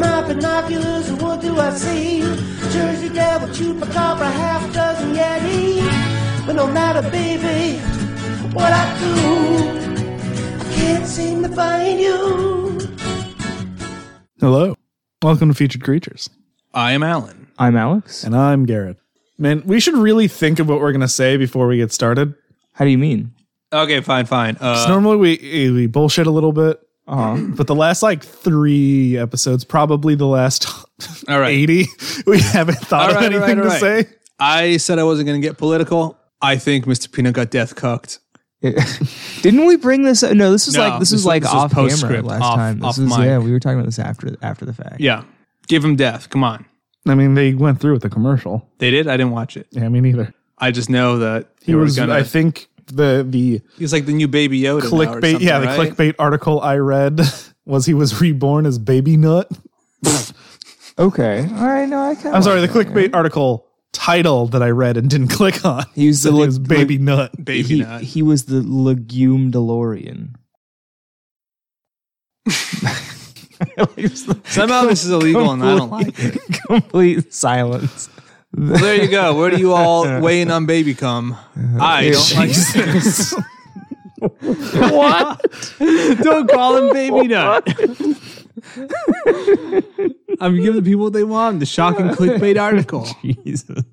binoculars, and what do I see? Jersey Devil, Chupacabra, half dozen Yeti. But no matter, baby, what I do, I can't seem to find you. Hello. Welcome to Featured Creatures. I am Alan. I'm Alex. And I'm Garrett. Man, we should really think of what we're going to say before we get started. How do you mean? Okay, fine, fine. 'Cause Uh, normally we, we bullshit a little bit, Uh-huh. but the last like three episodes, probably the last all right. 80, we haven't thought All right, of all right, anything all to right. say. I said I wasn't going to get political. I think Mr. Peanut got death cucked. Didn't we bring this? No, this was No, like this, this was was- like this was off camera postscript, last off- time. This off is, mic. yeah, we were talking about this after after the fact. Yeah. Give him death. Come on. I mean, they went through with the commercial. They did? I didn't watch it. Yeah, me neither. I just know that He they were was, gonna- I think, the the he's like the new Baby Yoda. now or clickbait. something, Yeah, the right? clickbait article I read was he was reborn as Baby Nut. Okay. All right. No, I kind I'm sorry, the clickbait article title that I read and didn't click on. He was said the he look- was Baby Nut. Baby he, Nut. he was the legume DeLorean. Somehow this is illegal and I don't like it. Complete silence. Well, there you go. Where do you all weigh in on baby Uh, cum? I don't like What? don't call him baby nut. I'm giving the people what they want. The shocking clickbait article. Jesus.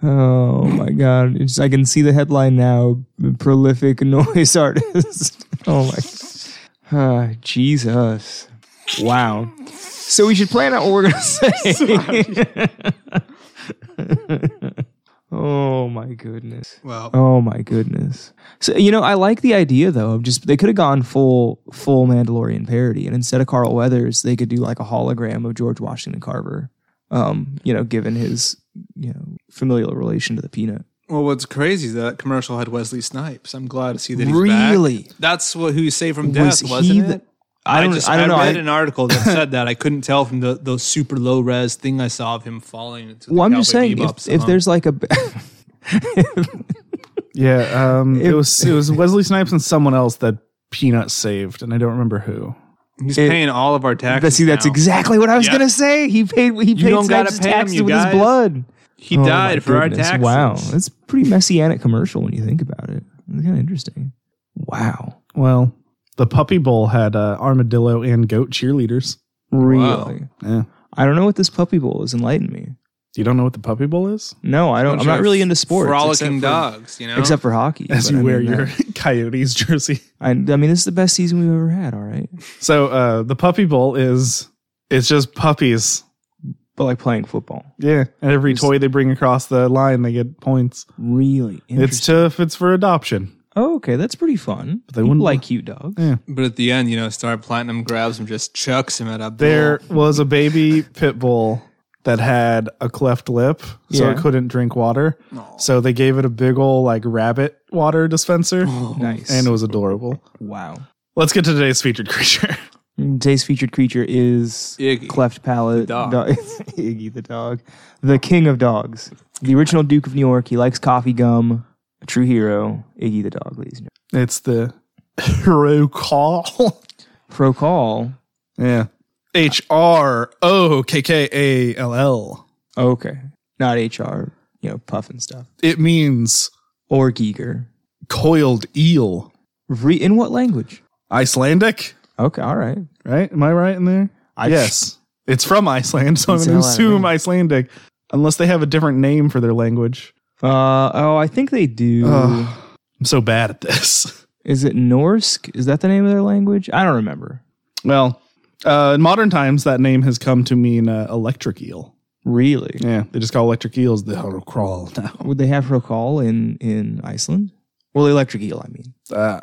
Oh my God! It's, I can see the headline now: prolific noise artist. Oh my, Ah, Jesus! Wow. So we should plan out what we're gonna say. oh my goodness. Well, Oh my goodness. So you know, I like the idea though of just they could have gone full full Mandalorian parody, and instead of Carl Weathers, they could do like a hologram of George Washington Carver. Um, you know, given his you know familial relation to the peanut. well, what's crazy is that commercial had Wesley Snipes. I'm glad to see that he's Really? back. That's what who you saved from death, was Was not he it? the- I don't. I, just, don't know. read I- an article that said that I couldn't tell from the, the super low res thing I saw of him falling. Into the well, I'm just Cowboy saying, Bebop if, if song. there's like a, Yeah, um, it It- was it was Wesley Snipes and someone else that Peanut saved, and I don't remember who. he's it- paying all of our but taxes. see, that's now. exactly what I was Yeah. gonna say. He paid. He paid don't gotta Snipes' pay him, taxes you with guys. his blood. He Oh, my died for goodness. our taxes. Wow, that's a pretty messianic commercial when you think about it. It's kind of interesting. Wow, Well, the Puppy Bowl had uh, armadillo and goat cheerleaders. really? Yeah, I don't know what this puppy bowl is. Enlighten me. you don't know what the Puppy Bowl is? No, I don't. I'm not really into sports, Frolicking except for, dogs, you know. except for hockey. As but you I wear mean, uh, your Coyotes jersey. I, I mean, this is the best season we've ever had. All right, So uh, the Puppy Bowl is it's just puppies. but like playing football, Yeah, and every toy they bring across the line, they get points. really It's interesting. tough. It's for adoption. oh, okay, that's pretty fun. But they wouldn't- like cute dogs. Yeah. but at the end, you know, Star Platinum grabs him, just chucks him at Abdul. There was a baby pit bull that had a cleft lip, so Yeah. it couldn't drink water. So they gave it a big ol' like rabbit water dispenser, Nice. and it was adorable. wow. Let's get to today's featured creature. Today's featured creature is Iggy. Cleft Palate. dog. Do- Iggy the dog. The king of dogs. The original Duke of New York. He likes coffee gum. A true hero. Iggy the dog, ladies and It's the hero call. gentlemen. Pro call. yeah, H R O K K A L L. Okay. Not HR, you know, puff and stuff. It means Or Giger. coiled eel. Re- in what language? Icelandic, Okay, all right. right? Am I right in there? I- yes, it's from Iceland, so I'm It's going to Icelandic. assume Icelandic, unless they have a different name for their language. Uh, oh, I think they do. Ugh. I'm so bad at this. Is it Norsk? Is that the name of their language? I don't remember. Well, uh, in modern times, that name has come to mean uh, electric eel. Really? Yeah, they just call electric eels the hurl crawl now. Would they have pro call in, in Iceland? Well, electric eel, I mean. Uh,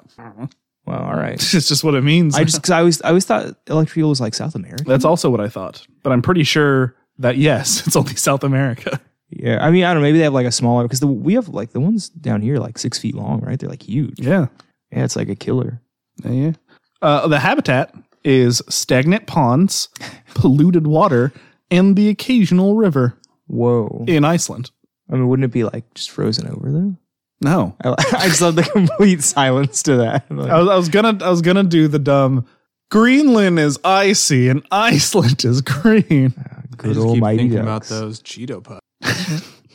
Well, all right. it's just what it means. I just because I always I always thought electric eel was like South America. That's also what I thought, but I'm pretty sure that yes, it's only South America. Yeah, I mean I don't know. Maybe they have like a smaller because the, we have like the ones down here like six feet long, right? They're like huge. Yeah, Yeah, it's like a killer. yeah. Uh, the habitat is stagnant ponds, polluted water, and the occasional river Whoa. in Iceland. I mean, wouldn't it be like just frozen over though? No, I, I just love the complete silence to that. Like, I was, I was gonna I was gonna do the dumb Greenland is icy and Iceland is green. I Good just keep almighty thinking ducks. about those Cheeto puffs.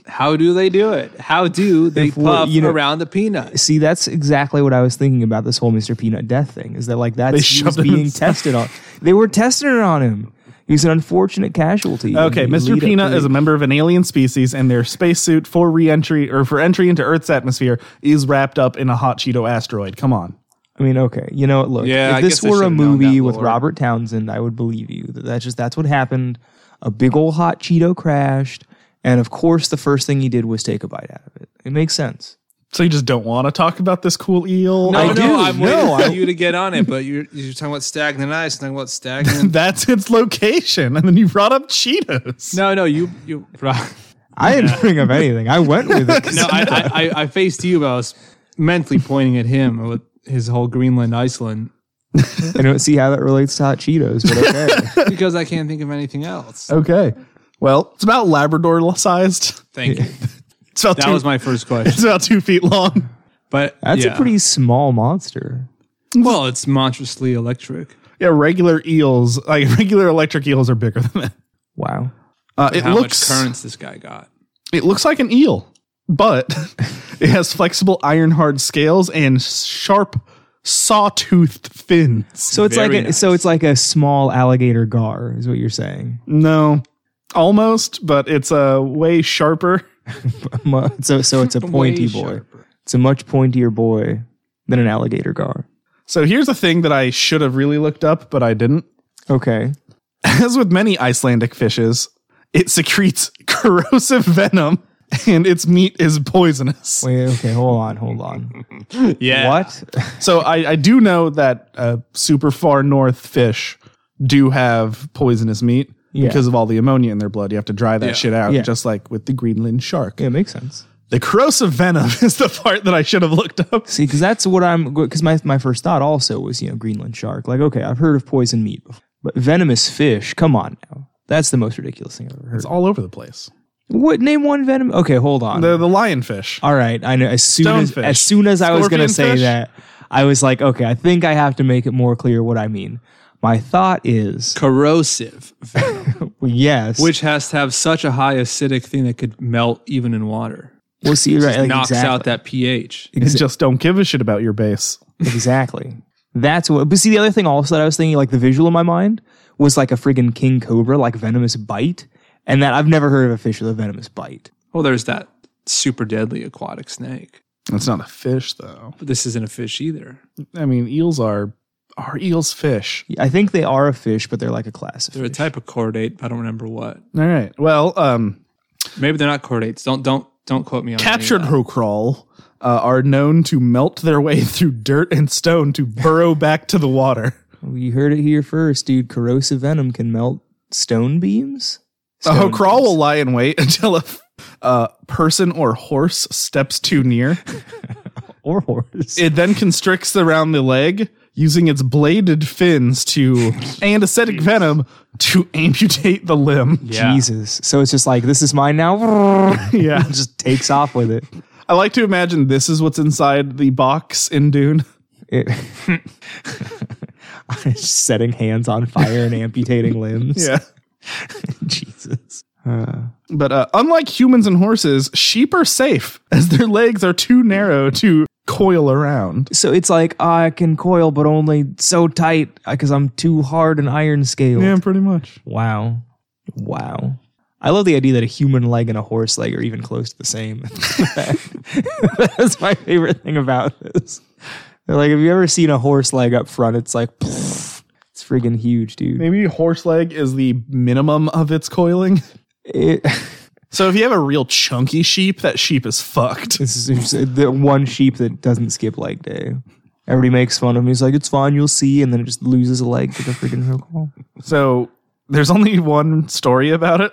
How do they do it? How do they If we're- puff you know- around the peanuts? See, that's exactly what I was thinking about this whole Mr. Peanut death thing. Is that like that's They he was shoved him being in- tested on? They were testing it on him. He's an unfortunate casualty. Okay, in the lead Mr. up Peanut to is a the- member of an alien species, and their spacesuit for re-entry or for entry into Earth's atmosphere is wrapped up in a hot Cheeto asteroid. Come on. I mean, okay, you know, look. Yeah, if I this guess I were a should've known movie that with lore. Robert Townsend, I would believe you. That that's just that's what happened. A big old hot Cheeto crashed, and of course, the first thing he did was take a bite out of it. It makes sense. So you just don't want to talk about this cool eel? No, I no, do. I'm No, waiting I- for you to get on it, but you're, you're talking about stagnant ice, talking about stagnant. That's its location, and then you brought up Cheetos. no, no, you you. I didn't bring up anything. I went with it. 'cause- No, I, I, I, I faced you, but I was mentally pointing at him with his whole Greenland, Iceland, I don't see how that relates to hot Cheetos, but okay. because I can't think of anything else. Okay. Well, it's about Labrador sized. Thank you. It's about That two, was my first question. It's about two feet long. But That's yeah. a pretty small monster. well. It's monstrously electric. Yeah, regular eels, like regular electric eels, are bigger than that. Wow. Uh, it How looks much currents this guy got? it looks like an eel, but it has flexible iron hard scales and sharp sawtoothed fins. So it's Very like a, nice. so it's like a small alligator gar is what you're saying. No, almost, but it's a uh, way sharper. Mu- So so it's a pointy Way boy. sharper. It's a much pointier boy than an alligator gar. So here's a thing that I should have really looked up, but I didn't. Okay. As with many Icelandic fishes, it secretes corrosive venom, and its meat is poisonous. Wait, okay, hold on, hold on. Yeah. What? So I, I do know that uh, super far north fish do have poisonous meat Yeah. because of all the ammonia in their blood. You have to dry that shit out, Yeah. just like with the Greenland shark. Yeah, it makes sense. The corrosive venom is the part that I should have looked up. See, because that's what I'm. Because my my first thought also was, you know, Greenland shark. Like, okay, I've heard of poison meat, before, but venomous fish. Come on now, that's the most ridiculous thing I've ever heard. It's all over the place. What name one venom? Okay, hold on. The the lionfish. All right, I know. As soon as, Stonefish. as soon as I was going to say Scorpionfish? that, I was like, okay, I think I have to make it more clear what I mean. My thought is Corrosive, yes, which has to have such a high acidic thing that could melt even in water. we'll see. Right, like, knocks exactly, out that pH. You just don't give a shit about your base. exactly. That's what. But see, the other thing also that I was thinking, like the visual in my mind was like a friggin' king cobra, like venomous bite, and that I've never heard of a fish with a venomous bite. Well, there's that super deadly aquatic snake. It's not a fish though. But this isn't a fish either. I mean, eels are are eels fish. I think they are a fish, but they're like a class of They're a fish. type of chordate. but I don't remember what. All right. Well, um, Maybe they're not chordates. Don't don't don't quote me on any of captured that. hocrawl uh, are known to melt their way through dirt and stone to burrow back to the water. You heard it here first, dude. Corrosive venom can melt stone beams. A Stone hocrawl will lie in wait until a uh, person or horse steps too near. or horse. It then constricts around the leg, using its bladed fins to and acidic venom to amputate the limb. Yeah. Jesus. So it's just like, this is mine now. Yeah. just takes off with it. I like to imagine this is what's inside the box in Dune. it setting hands on fire and amputating limbs. Jesus. But uh, unlike humans and horses, sheep are safe as their legs are too narrow to coil around. So it's like, "Ah, I can coil, but only so tight because I'm too hard and iron scaled. pretty much. Wow. Wow. I love the idea that a human leg and a horse leg are even close to the same. That's my favorite thing about this. They're like, have you ever seen a horse leg up front? It's like, pfft. it's friggin' huge, dude. Maybe horse leg is the minimum of its coiling. It, So if you have a real chunky sheep, that sheep is fucked. this is it's uh, the one sheep that doesn't skip leg day. Everybody makes fun of him. He's like, it's fine, you'll see. And then it just loses a leg to the friggin' hook hole. So there's only one story about it.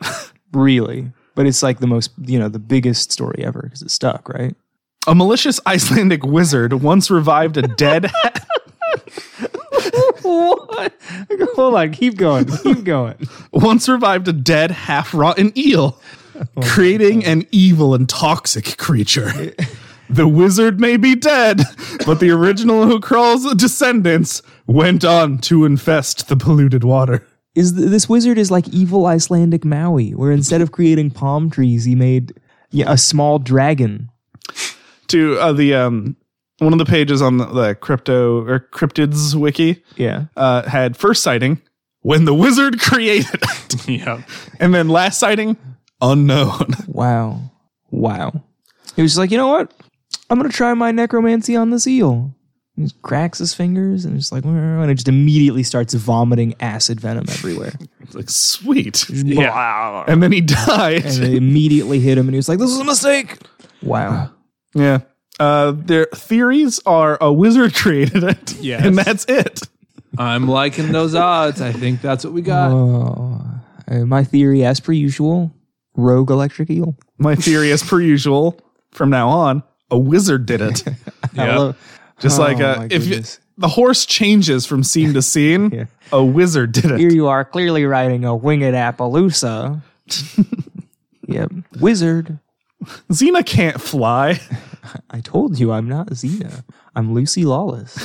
Really. But it's like the most, you know, the biggest story ever because it stuck, right? A malicious Icelandic wizard once revived a dead what? Hold on, keep going, keep going. once revived a dead Oh half-rotten eel, creating an evil and toxic creature. The wizard may be dead, but the original who crawls descendants went on to infest the polluted water. Is th- this wizard is like evil Icelandic Maui, where instead of creating palm trees, he made yeah, a small dragon. To uh, the um, one of the pages on the, the crypto or cryptids wiki Yeah. uh, had first sighting when the wizard created it, yeah. and then last sighting unknown. Wow. Wow. He was just like, you know what? I'm gonna try my necromancy on this eel. And he cracks his fingers and just like, and it just immediately starts vomiting acid venom everywhere. It's like sweet, Yeah. and then he died. and they immediately hit him, and he was like, "This was a mistake." Wow. Yeah. Uh, their theories are a wizard created it, Yes. and that's it. I'm liking those odds. I think that's what we got. Oh, Uh, my theory, as per usual, rogue electric eel. My theory, as per usual, from now on, a wizard did it. I love- Just Oh, like my uh, if you, goodness. the horse changes from scene to scene, Yeah. a wizard did here it. you are, clearly riding a winged Appaloosa. yep, wizard. Xena can't fly. I told you I'm not Xena. I'm Lucy Lawless.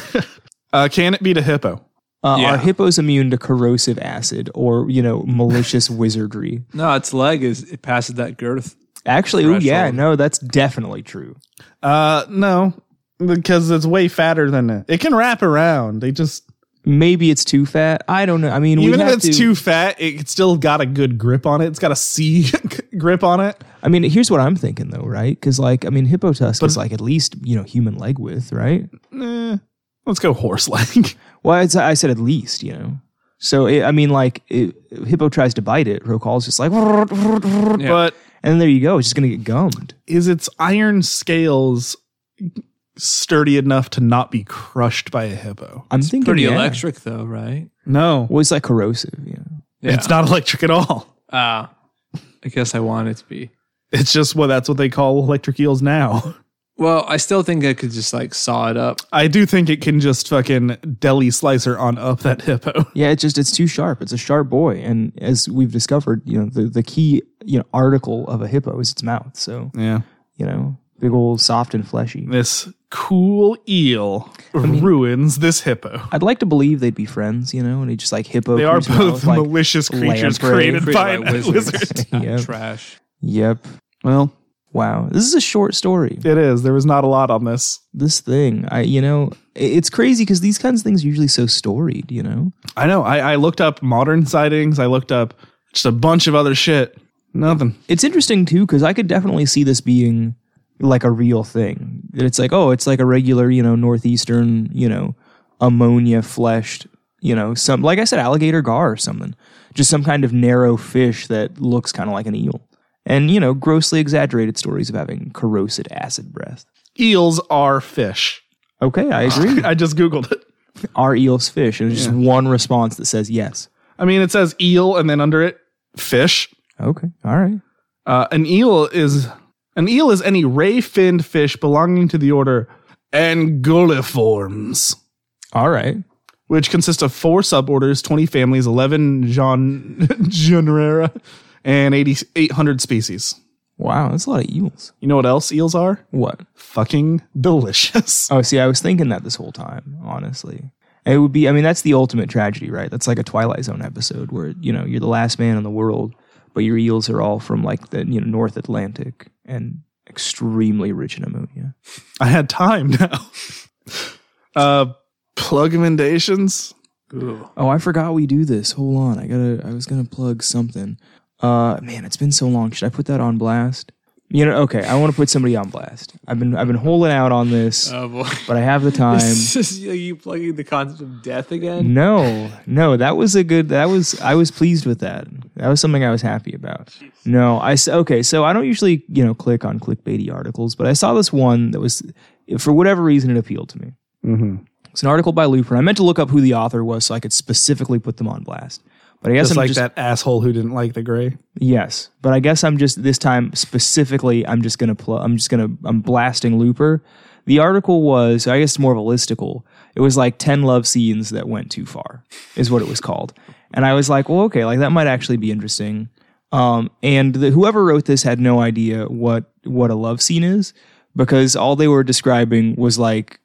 Uh, can it beat a hippo? Uh, Yeah. Are hippos immune to corrosive acid or you know malicious wizardry? No, its leg is it passes that girth. Actually, ooh, yeah, Threshold. no, that's definitely true. Uh, no, because it's way fatter than it. It can wrap around. They just Maybe it's too fat. I don't know. I mean, even we if have it's to- too fat, it still got a good grip on it. It's got a C grip on it. I mean, here's what I'm thinking though, right? Because like, I mean, hippo tusk is like at least you know human leg width, right? Eh, let's go horse like. Well, it's, I said at least, you know. So it, I mean, like, it, hippo tries to bite it. Rocal's just like, and Yeah. But there you go. It's just gonna get gummed. is its iron scales sturdy enough to not be crushed by a hippo? I'm thinking Pretty yeah. electric though, right? No, Well, it's like corrosive, you know. Yeah. it's not electric at all. Ah, I guess I want it to be. It's just what that's what they call electric eels now. Well, I still think I could just like saw it up. I do think it can just fucking deli slicer on up that hippo. Yeah, it's just it's too sharp. It's a sharp boy, and as we've discovered, you know, the, the key you know article of a hippo is its mouth. So Yeah. you know, big old soft and fleshy. This cool eel ruins this hippo. I'd like to believe they'd be friends, you know, and he just like hippo. They are creeps around both with, like, malicious creatures lamprey. created Created by by a wizards. wizard. Yep. Trash. Yep. Well, Wow. This is a short story. it is. There was not a lot on this. This thing, I you know, i- it's crazy because these kinds of things are usually so storied, you know. I know. I, I looked up modern sightings. I looked up just a bunch of other shit. Nothing. It's interesting too because I could definitely see this being like a real thing. That It's like oh, it's like a regular, you know, northeastern, you know, ammonia fleshed, you know, some like I said, alligator gar or something, just some kind of narrow fish that looks kind of like an eel, and you know, grossly exaggerated stories of having corrosive acid breath. Eels are fish. Okay, I agree. I just Googled it. are eels fish? And there's just one response that says yes. I mean, it says eel and then under it, fish. Okay, all right. Uh, an eel is an eel is any ray-finned fish belonging to the order Anguilliformes, All right. which consist of four suborders, 20 families, 11 gen- genera, and 80, 800 species. Wow, that's a lot of eels. You know what else eels are? What? Fucking delicious. Oh, see, I was thinking that this whole time, honestly. It would be, I mean, that's the ultimate tragedy, right? That's like a Twilight Zone episode where, you know, you're the last man in the world, but your eels are all from like the, you know, North Atlantic and extremely rich in ammonia. I had time now. uh, plug emendations. Ooh. Oh, I forgot we do this. Hold on. I gotta, I was gonna plug something. Uh, man, it's been so long. Should I put that on blast? You know, okay, I want to put somebody on blast. I've been, I've been holding out on this, Oh boy. but I have the time. Is this you plugging the concept of death again? No, no, that was a good. That was I was pleased with that. That was something I was happy about. No, I s- okay. So I don't usually you know click on clickbaity articles, but I saw this one that was for whatever reason it appealed to me. Mm-hmm. It's an article by Looper. I meant to look up who the author was so I could specifically put them on blast. But I guess Just I'm like just, that asshole who didn't like the gray. Yes, but I guess I'm just this time specifically. I'm just gonna pl- I'm just gonna I'm blasting Looper. The article was I guess more of a listicle. It was like ten love scenes that went too far is what it was called, and I was like, well, okay, like that might actually be interesting. Um, and the, whoever wrote this had no idea what what a love scene is, because all they were describing was like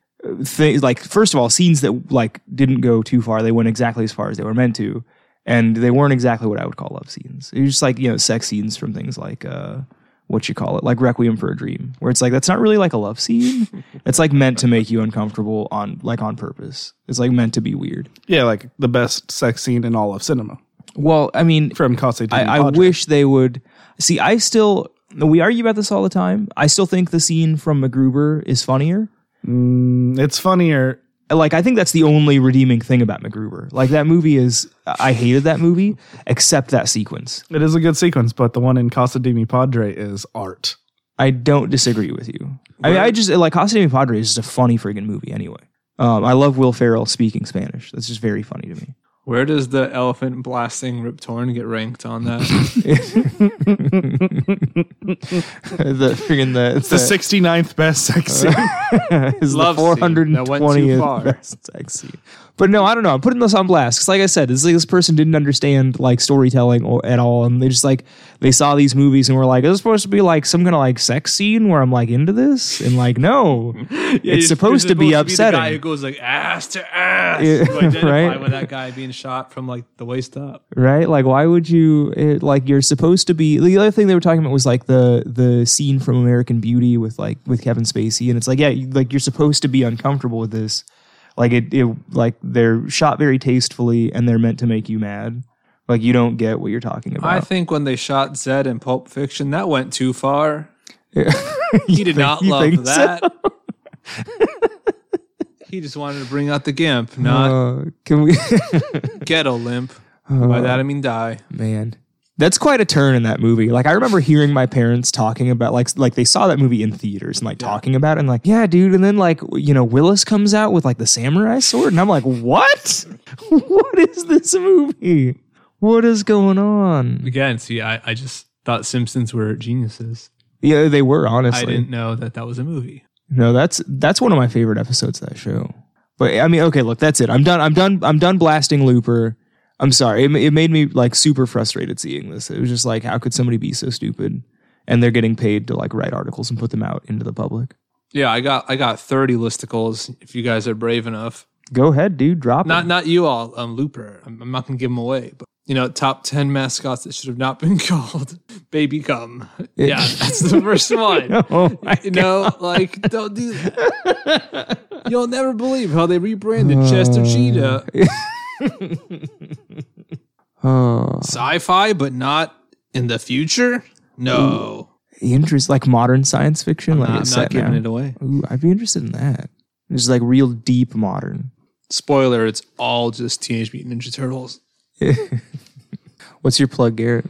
things like first of all scenes that like didn't go too far they went exactly as far as they were meant to and they weren't exactly what i would call love scenes it was just like you know sex scenes from things like uh what you call it like requiem for a dream where it's like that's not really like a love scene it's like meant to make you uncomfortable on like on purpose it's like meant to be weird Yeah, like the best sex scene in all of cinema well i mean from Constantine. I, I Podger. wish they would see. I still we argue about this all the time. I still think the scene from MacGruber is funnier. It's funnier. Like I think that's the only redeeming thing about MacGruber. Like that movie is I hated that movie except that sequence. It is a good sequence, but the one in Casa de Mi Padre is art. I don't disagree with you. I mean, I just like Costa de Padre is just a funny friggin' movie anyway. Um, I love Will Ferrell speaking Spanish. That's just very funny to me. Where does the elephant blasting Rip Torn get ranked on that? the friggin' the, It's the 69th best sex Uh. scene. is Love the scene that went too 420th far. best sex scene. But no, I don't know. I'm putting this on blast because, like I said, it's like this person didn't understand like storytelling or, at all, and they just like they saw these movies and were like, "Is this supposed to be like some kind of like sex scene where I'm like into this?" And like, no, it's supposed to be upsetting. guy who goes like ass to ass, Yeah, to identify right? with that guy being shot from like the waist up. right? Like, why would you? It, like, you're supposed to be. The other thing they were talking about was like the the scene from American Beauty with like with Kevin Spacey, and it's like, yeah, you, like you're supposed to be uncomfortable with this. Like it, it, like they're shot very tastefully, and they're meant to make you mad. Like you don't get what you're talking about. I think when they shot Zed in Pulp Fiction, that went too far. he did not you think love that. he just wanted to bring out the gimp, not uh, can we, ghetto limp. By that I mean die. man? That's quite a turn in that movie. Like I remember hearing my parents talking about like like they saw that movie in theaters and like talking about it and like, yeah, dude, and then like you know, Willis comes out with like the samurai sword and I'm like, "What? what is this movie? What is going on?" Again, see, I, I just thought Simpsons were geniuses. Yeah, they were honestly. I didn't know that that was a movie. No, that's that's one of my favorite episodes of that show. But I mean, okay, look, that's it. I'm done. I'm done. I'm done blasting Looper. I'm sorry. It, ma- it made me like super frustrated seeing this. It was just like, how could somebody be so stupid? And they're getting paid to like write articles and put them out into the public. Yeah, I got I got 30 listicles if you guys are brave enough. Go ahead, dude. Drop Not it. not you all, um, Looper. I'm, I'm not gonna give them away, but you know, top 10 mascots that should have not been called Baby Gum. Yeah, that's the first one. Oh, my You know, like don't do that. You'll never believe how they rebranded Uh. Chester Cheetah. oh. Sci-fi, but not in the future. No, interest like modern science fiction. like I'm it's not set giving now. it away. Ooh, I'd be interested in that. It's like real deep modern. Spoiler: It's all just Teenage Mutant Ninja Turtles. What's your plug, Garrett?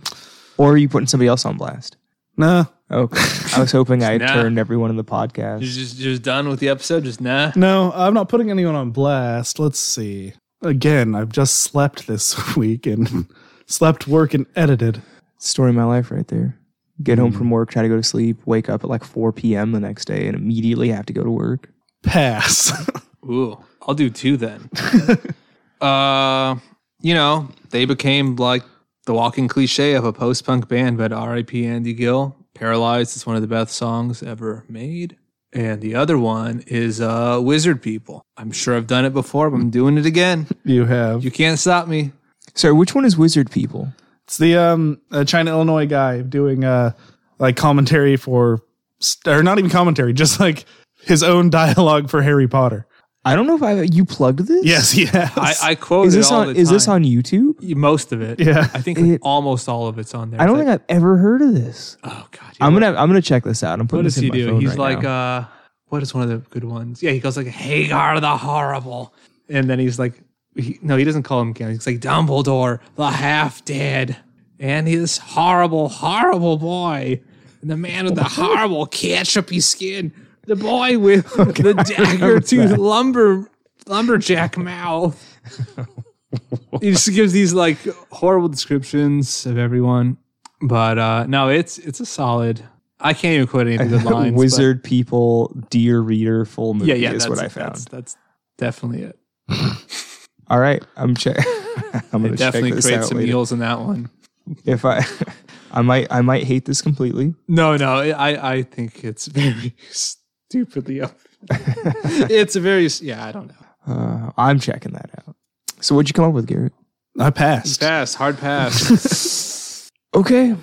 Or are you putting somebody else on blast? Nah, Okay. I was hoping I had Nah. turned everyone in the podcast. You're just just done with the episode. Just nah. no, I'm not putting anyone on blast. Let's see. Again, I've just slept this week and slept, work, and edited. Story of my life right there. Get home Mm. from work, try to go to sleep, wake up at like 4 p.m. the next day, and immediately have to go to work. Pass. Ooh, I'll do two then. uh, you know, they became like the walking cliche of a post-punk band, but R.I.P. Andy Gill. Paralyzed is one of the best songs ever made. And the other one is uh, Wizard People. I'm sure I've done it before, but I'm doing it again. you have. You can't stop me. Sorry, which one is Wizard People? It's the um uh, China Illinois guy doing uh like commentary for st- or not even commentary, just like his own dialogue for Harry Potter. I don't know if I you plugged this. Yes, yes. I, I quote Is it this all on? the Is this time. on YouTube? most of it? Yeah. I think It- almost all of it's on there. I don't It's think I've ever heard of this. like, oh god, I'm gonna I'm gonna check this out. I'm putting What this does in he my do? phone He's right like, now. uh, what is one of the good ones? Yeah, he goes like Hagar the Horrible, and then he's like, he, no, he doesn't call him Gandalf. He's like Dumbledore the Half Dead, and his horrible, horrible boy, and the man with the horrible ketchupy skin, the boy with the dagger tooth lumber lumberjack mouth. he just gives these like horrible descriptions of everyone, but uh no, it's it's a solid. I can't even quote any of uh, the good lines. but- Wizard People, Dear Reader, full movie yeah, yeah, is that's what it, I found. That's, that's definitely it. All right, I'm check. I'm gonna Definitely check this create out some later. meals in that one. If I, I might I might hate this completely. No, no, I I think it's very stupidly up. it's a very yeah. I don't know. Uh, I'm checking that out. So what'd you come up with, Garrett? I passed. Pass. Hard pass. Okay.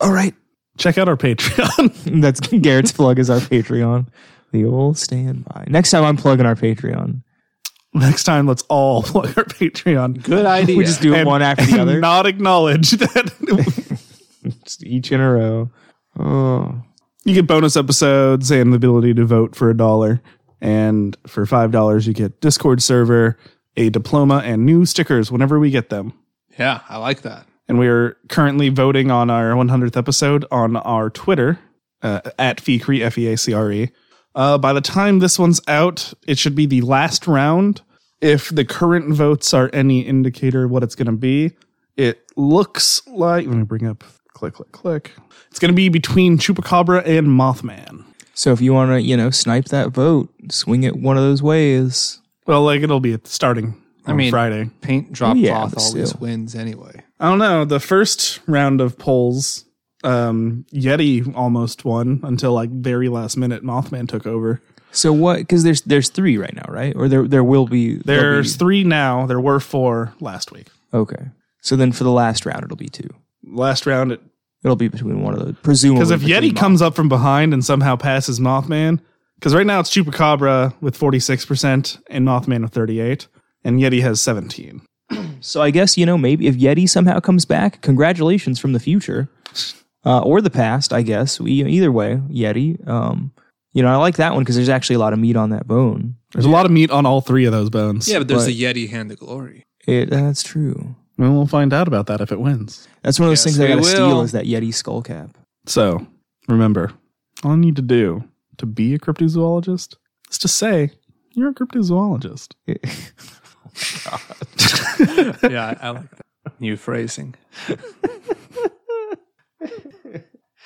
All right. Check out our Patreon. That's Garrett's plug is our Patreon. The old standby. Next time I'm plugging our Patreon. Next time, let's all plug our Patreon. Good idea. We just do it And- one after the and other. Not acknowledge that Just each in a row. Oh. you get bonus episodes and the ability to vote for a dollar. And for five dollars, you get Discord server, a diploma, and new stickers whenever we get them. yeah, I like that. And we are currently voting on our 100th episode on our Twitter uh, at Feacre F E A C R E. Uh, by the time this one's out, it should be the last round. If the current votes are any indicator of what it's going to be, it looks like. Let me bring up. Click, click, click. It's going to be between Chupacabra and Mothman. So if you want to, you know, snipe that vote, swing it one of those ways. Well, like it'll be at starting on mean- Friday. Paint dropped Yeah, off but all these still. wins anyway. I don't know. The first round of polls, um, Yeti almost won until like very last minute. Mothman took over. So what? Because there's there's three right now, right? Or there there will be. there'll There's three now. There were four last week. be- okay. So then for the last round, it'll be two. Last round, It'll be between one of those, presumably. because if Yeti between comes up from behind and somehow passes Mothman, because right now it's Chupacabra with 46% and Mothman with 38, and Yeti has 17. So I guess you know maybe if Yeti somehow comes back, congratulations from the future uh, or the past. I guess we either way, Yeti. Um, you know, I like that one because there's actually a lot of meat on that bone. There's a lot of meat on all three of those bones. Yeah, but there's But- the Yeti hand of glory. It that's true. and we'll find out about that if it wins. That's one of those Yes, things I we gotta steal will. is that Yeti skull cap. So remember, all you need to do to be a cryptozoologist is to say you're a cryptozoologist. yeah, I, I like that. New phrasing.